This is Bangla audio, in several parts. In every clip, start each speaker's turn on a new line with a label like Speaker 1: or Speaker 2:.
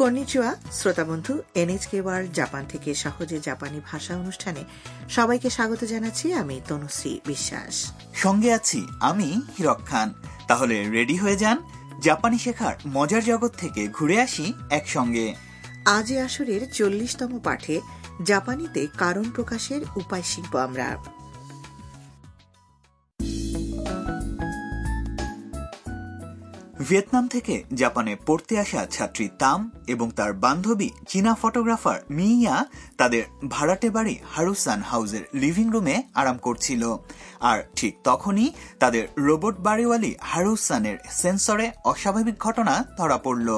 Speaker 1: কন্নিচুয়া শ্রোতাবন্ধু এনএচকে ওয়ার্ল্ড জাপান থেকে সহজে জাপানি ভাষা অনুষ্ঠানে সবাইকে স্বাগত জানাচ্ছি আমি তনুশ্রী বিশ্বাস
Speaker 2: সঙ্গে আছি আমি হিরক খান তাহলে রেডি হয়ে যান জাপানি শেখার মজার জগৎ থেকে ঘুরে আসি একসঙ্গে
Speaker 1: আজ এ আসরের চল্লিশতম পাঠে জাপানিতে কারণ প্রকাশের উপায় শিখব আমরা
Speaker 2: ভিয়েতনাম থেকে জাপানে পড়তে আসা ছাত্রী তাম এবং তার বান্ধবী চীনা ফটোগ্রাফার মিয়া তাদের ভাড়াটে বাড়ি হারুসান হাউসের লিভিং রুমে আরাম করছিল আর ঠিক তখনই তাদের রোবট বাড়িওয়ালি হারুসানের সেন্সরে অস্বাভাবিক ঘটনা ধরা পড়ল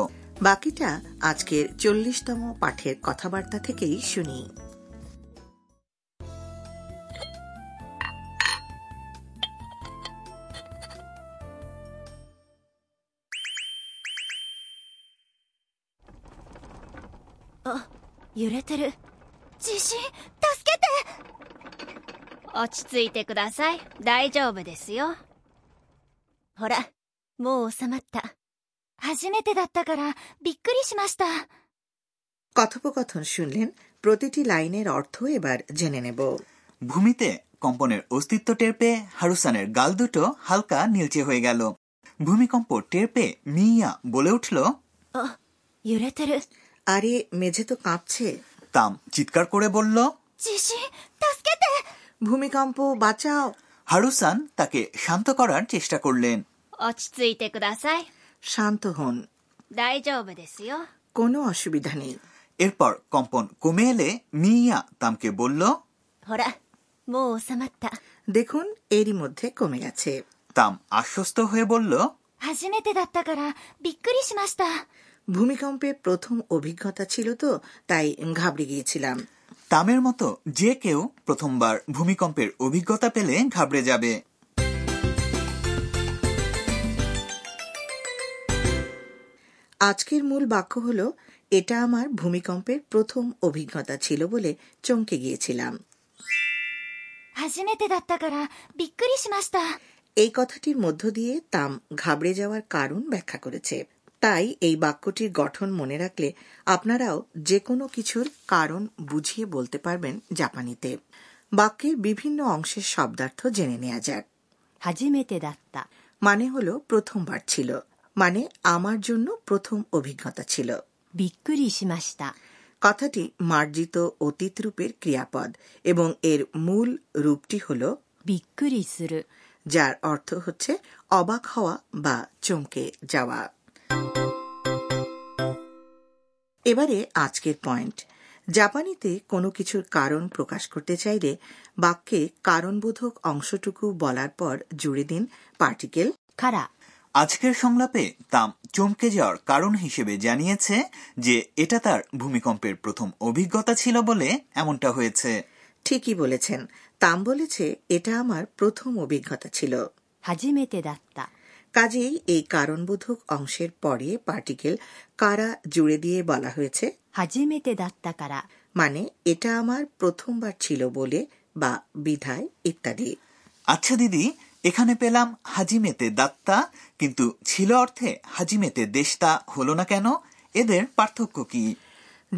Speaker 1: বাকিটা আজকের চল্লিশতম পাঠের কথাবার্তা থেকেই শুনি
Speaker 3: 揺れてる
Speaker 4: 地震助けて
Speaker 3: 落ち着いてください大丈夫ですよほらもう収まった
Speaker 4: 初めてだったからびっくりしました。
Speaker 1: কথোপকথন শুনলেন প্রতিটি লাইনের অর্থ এবার জেনে নেব
Speaker 2: ভূমিতে কম্পনের অস্তিত্ব টের পেয়ে হারুসানের গাল দুটো হালকা নীলচে হয়ে গেল ভূমিকম্প টের পেয়ে মিয়া বলে উঠল
Speaker 3: 揺れてる
Speaker 1: আরে মেঝে তো কাঁপছে
Speaker 2: তাম চিৎকার করে বলল
Speaker 4: 地震助けて
Speaker 1: ভূমিকম্প বাঁচাও
Speaker 2: হারুসান তাকে শান্ত করার চেষ্টা করলেন
Speaker 3: 落ち着いてください
Speaker 1: শান্ত হন
Speaker 3: 大丈夫ですよ
Speaker 1: কোনো অসুবিধা নেই
Speaker 2: এরপর কম্পন কমে এলে মিয়া তামকে বলল
Speaker 3: ほらもう収まった
Speaker 1: দেখুন এরই মধ্যে কমে গেছে
Speaker 2: তাম আশ্বস্ত হয়ে বলল
Speaker 4: 初めてだったからびっくりしました。
Speaker 1: ভূমিকম্পে প্রথম অভিজ্ঞতা ছিল তো তাই ঘাবড়ে গিয়েছিলাম
Speaker 2: তামের মতো যে কেউ প্রথমবার ভূমিকম্পের অভিজ্ঞতা পেলে ঘাবড়ে যাবে
Speaker 1: আজকের মূল বাক্য হল এটা আমার ভূমিকম্পের প্রথম অভিজ্ঞতা ছিল বলে চমকে গিয়েছিলাম
Speaker 4: 初めてだったからびっくりしました。
Speaker 1: এই কথাটির মধ্য দিয়ে তাম ঘাবড়ে যাওয়ার কারণ ব্যাখ্যা করেছে তাই এই বাক্যটির গঠন মনে রাখলে আপনারাও যে কোনো কিছুর কারণ বুঝিয়ে বলতে পারবেন জাপানিতে বাক্যের বিভিন্ন অংশের শব্দার্থ জেনে নেওয়া যাক
Speaker 3: 初めてだった
Speaker 1: মানে হলো প্রথমবার ছিল মানে আমার জন্য প্রথম অভিজ্ঞতা ছিল
Speaker 3: びっくりしました
Speaker 1: কথাটি মার্জিত অতীত রূপের ক্রিয়াপদ এবং এর মূল রূপটি হল
Speaker 3: びっくりする
Speaker 1: যার অর্থ হচ্ছে অবাক হওয়া বা চমকে যাওয়া এবারে আজকের পয়েন্ট জাপানিতে কোনো কিছুর কারণ প্রকাশ করতে চাইলে বাক্যে কারণবোধক অংশটুকু বলার পর জুড়ে দিন পার্টিকেল
Speaker 3: から
Speaker 2: আজকের সংলাপে তাম চমকে যাওয়ার কারণ হিসেবে জানিয়েছে যে এটা তার ভূমিকম্পের প্রথম অভিজ্ঞতা ছিল বলে এমনটা হয়েছে
Speaker 1: ঠিকই বলেছেন তাম বলেছে এটা আমার প্রথম অভিজ্ঞতা ছিল
Speaker 3: 初めてだった
Speaker 1: কাজেই এই কারণবোধক অংশের পরে পার্টিকেল কারা জুড়ে দিয়ে বলা হয়েছে
Speaker 3: 初めてだったから
Speaker 1: মানে এটা আমার প্রথমবার ছিল বলে বা বিধায় ইত্যাদি
Speaker 2: আচ্ছা দিদি এখানে পেলাম হাজিমেতে দাত্তা কিন্তু ছিল অর্থে হাজিমেতে দেশতা হলো না কেন এদের পার্থক্য কি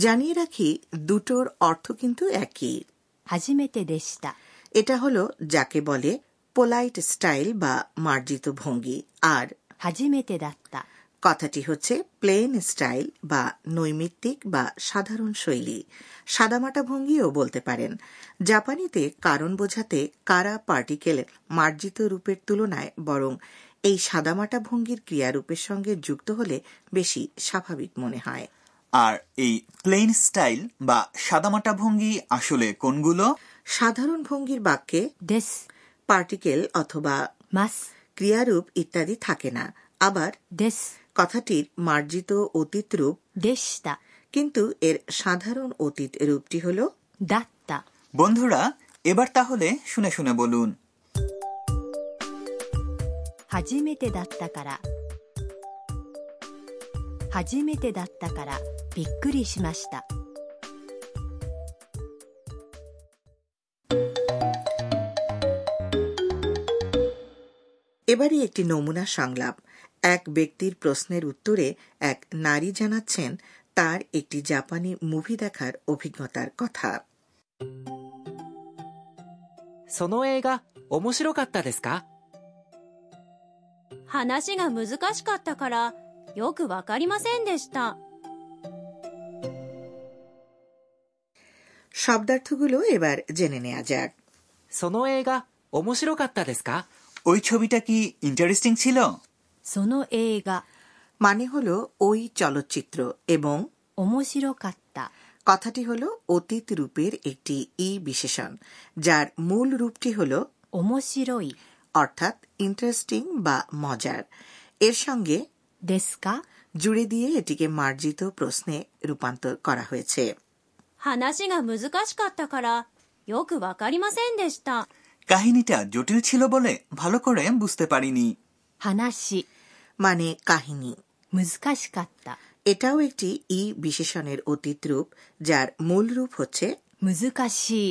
Speaker 1: জানিয়ে রাখি দুটোর অর্থ কিন্তু একই
Speaker 3: 初めてでした
Speaker 1: এটা হলো যাকে বলে পোলাইট স্টাইল বা মার্জিত ভঙ্গি আর
Speaker 3: 初めてだった
Speaker 1: কথাটি হচ্ছে প্লেন স্টাইল বা নৈমিত্তিক বা সাধারণ শৈলী সাদামাটা ভঙ্গিও বলতে পারেন জাপানিতে কারণ বোঝাতে কারা পার্টিকেল মার্জিত রূপের তুলনায় বরং এই সাদামাটা ভঙ্গির ক্রিয়ারূপের সঙ্গে যুক্ত হলে বেশি স্বাভাবিক মনে হয়
Speaker 2: আর এই প্লেন স্টাইল বা সাদামাটা ভঙ্গি আসলে কোনগুলো
Speaker 1: সাধারণ ভঙ্গির বাক্যে
Speaker 3: です
Speaker 1: পার্টিকেল অথবা
Speaker 3: ます
Speaker 1: ক্রিয়ারূপ ইত্যাদি থাকে না আবার
Speaker 3: です
Speaker 1: কথাটির মার্জিত অতীত রূপ
Speaker 3: でした
Speaker 1: কিন্তু এর সাধারণ অতীত রূপটি হলো
Speaker 3: だった
Speaker 2: বন্ধুরা এবার তাহলে শুনে শুনে বলুন
Speaker 3: 初めてだったから初めてだったからびっくりしました
Speaker 1: এবারে একটি নমুনা সংলাপ এক ব্যক্তির প্রশ্নের উত্তরে এক নারী জানাচ্ছেন তার একটি জাপানি মুভি দেখার অভিজ্ঞতার কথা
Speaker 5: その映画面白かったですか
Speaker 6: 話が難しかったからよくわかりませんでした。
Speaker 1: শব্দার্থগুলো এবার জেনে নেওয়া যাক
Speaker 5: その映画面白かったですか
Speaker 2: ওই ছবিটা কি ইন্টারেস্টিং ছিল
Speaker 6: その映画、
Speaker 1: মানে হলো ওই চলচ্চিত্র এবং
Speaker 6: 面白かった。
Speaker 1: কথাটি হলো অতীত রূপের একটি ই বিশেষণ যার মূল রূপটি হলো
Speaker 6: 面白い
Speaker 1: অর্থাৎ ইন্টারেস্টিং বা মজার এর সঙ্গে
Speaker 6: ですか
Speaker 1: জুড়ে দিয়ে এটিকে মার্জিত প্রশ্নে রূপান্তর করা হয়েছে
Speaker 6: 話が難しかったからよくわかりませんでした。
Speaker 2: কাহিনীটা জটিল ছিল বলে ভালো করে বুঝতে পারিনি
Speaker 6: 話、
Speaker 1: মানে কাহিনী
Speaker 6: 難しかった。
Speaker 1: এটাও একটি ই বিশেষণের অতীত রূপ যার মূল রূপ হচ্ছে
Speaker 6: 難しい、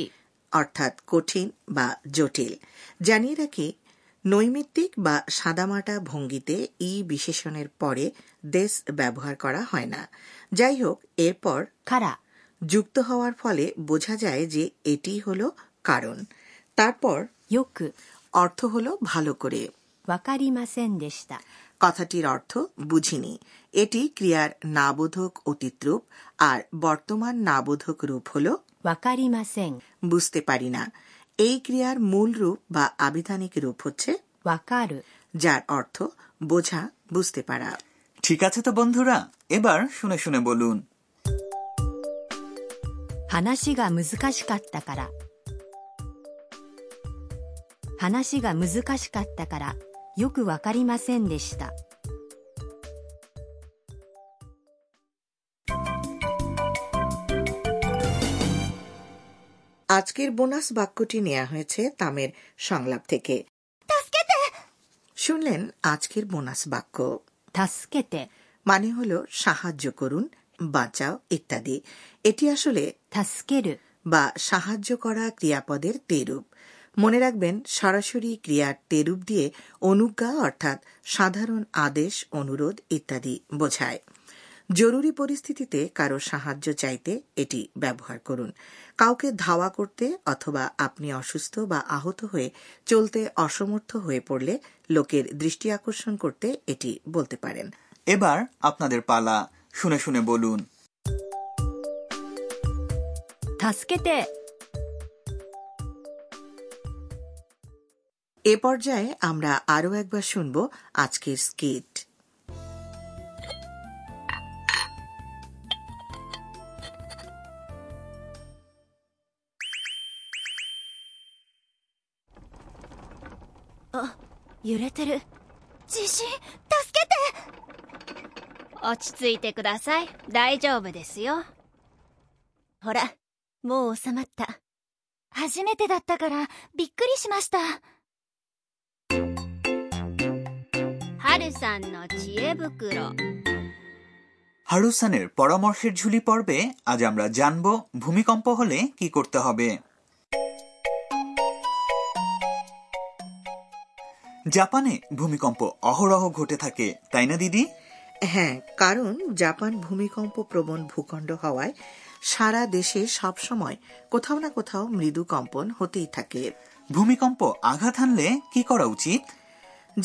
Speaker 1: অর্থাৎ কঠিন বা জটিল জানিয়ে রাখি নৈমিত্তিক বা সাদামাটা ভঙ্গিতে ই বিশেষণের পরে দেশ ব্যবহার করা হয় না যাই হোক এরপর
Speaker 6: から、
Speaker 1: যুক্ত হওয়ার ফলে বোঝা যায় যে এটি হলো কারণ তারপর
Speaker 6: よく、
Speaker 1: অর্থ হলো ভালো করে
Speaker 6: わかりませんでした。
Speaker 1: কথাটির অর্থ বুঝিনি এটি ক্রিয়ার নাবোধক অতীত রূপ আর বর্তমান নাবোধক রূপ হলো
Speaker 6: わかりません。
Speaker 1: বুঝতে পারি না এই ক্রিয়ার মূল রূপ বা আবিধানিক রূপ হচ্ছে
Speaker 6: わかる。
Speaker 1: যার অর্থ বোঝা বুঝতে পারা
Speaker 2: ঠিক আছে তো বন্ধুরা এবার শুনে শুনে বলুন
Speaker 6: 話が難しかったから。話が難しかったから、よくわかりませんでした。
Speaker 1: আজকের বোনাস বাক্যটি নেওয়া হয়েছে তামের সংলাপ থেকে শুনলেন আজকের বোনাস বাক্য
Speaker 6: 助けて、
Speaker 1: মানে হলো সাহায্য করুন বাঁচাও ইত্যাদি এটি আসলে
Speaker 6: 助ける、
Speaker 1: বা সাহায্য করা ক্রিয়াপদের তেরূপ মনে রাখবেন সরাসরি ক্রিয়ার তেরূপ দিয়ে অনুজ্ঞা অর্থাৎ সাধারণ আদেশ অনুরোধ ইত্যাদি বোঝায় জরুরি পরিস্থিতিতে কারো সাহায্য চাইতে এটি ব্যবহার করুন কাউকে ধাওয়া করতে অথবা আপনি অসুস্থ বা আহত হয়ে চলতে অসমর্থ হয়ে পড়লে লোকের দৃষ্টি আকর্ষণ করতে এটি বলতে পারেন
Speaker 2: এবার আপনাদের পালা শুনে শুনে বলুন
Speaker 6: 助けて、
Speaker 1: এ পর্যায়ে আমরা আরও একবার শুনব আজকের স্কিট
Speaker 3: 揺れてる。
Speaker 4: 地震助けて
Speaker 3: 落ち着いてください。大丈夫ですよ。ほら、もう収まった。
Speaker 4: 初めてだったからびっくりしました
Speaker 3: はるさんの知恵袋。
Speaker 2: হারুসানের পরামর্শের ঝুলি পর্বে আজ আমরা জানব ভূমিকম্প হলে কি করতে হবে জাপানে ভূমিকম্প অহরহ ঘটে থাকে তাই না দিদি
Speaker 1: হ্যাঁ কারণ জাপান ভূমিকম্প প্রবণ ভূখণ্ড হওয়ায় সারা দেশে সবসময় কোথাও না কোথাও মৃদু কম্পন হতেই থাকে
Speaker 2: ভূমিকম্প আঘাত হানলে কি করা উচিত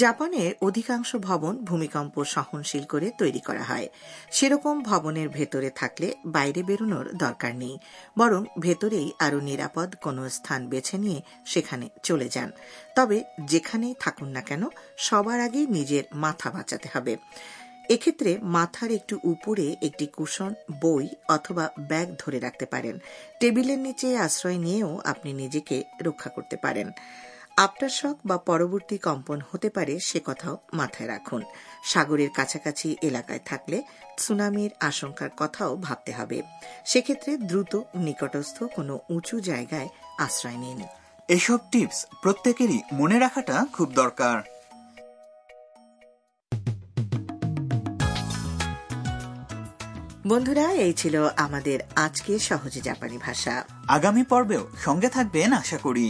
Speaker 1: জাপানের অধিকাংশ ভবন ভূমিকম্প সহনশীল করে তৈরি করা হয় সেরকম ভবনের ভেতরে থাকলে বাইরে বেরোনোর দরকার নেই বরং ভেতরেই আরও নিরাপদ কোনো স্থান বেছে নিয়ে সেখানে চলে যান তবে যেখানেই থাকুন না কেন সবার আগে নিজের মাথা বাঁচাতে হবে এক্ষেত্রে মাথার একটু উপরে একটি কুশন বই অথবা ব্যাগ ধরে রাখতে পারেন টেবিলের নিচে আশ্রয় নিয়েও আপনি নিজেকে রক্ষা করতে পারেন আফটারশক বা পরবর্তী কম্পন হতে পারে সে কথাও মাথায় রাখুন সাগরের কাছাকাছি এলাকায় থাকলে সুনামির আশঙ্কার কথাও ভাবতে হবে সেক্ষেত্রে দ্রুত নিকটস্থ কোনো উঁচু জায়গায় আশ্রয় নিন
Speaker 2: এসব টিপস প্রত্যেকেরই মনে রাখাটা খুব দরকার
Speaker 1: বন্ধুরা এই ছিল আমাদের আজকের সহজে জাপানি ভাষা
Speaker 2: আগামী পর্বেও সঙ্গে থাকবেন আশা করি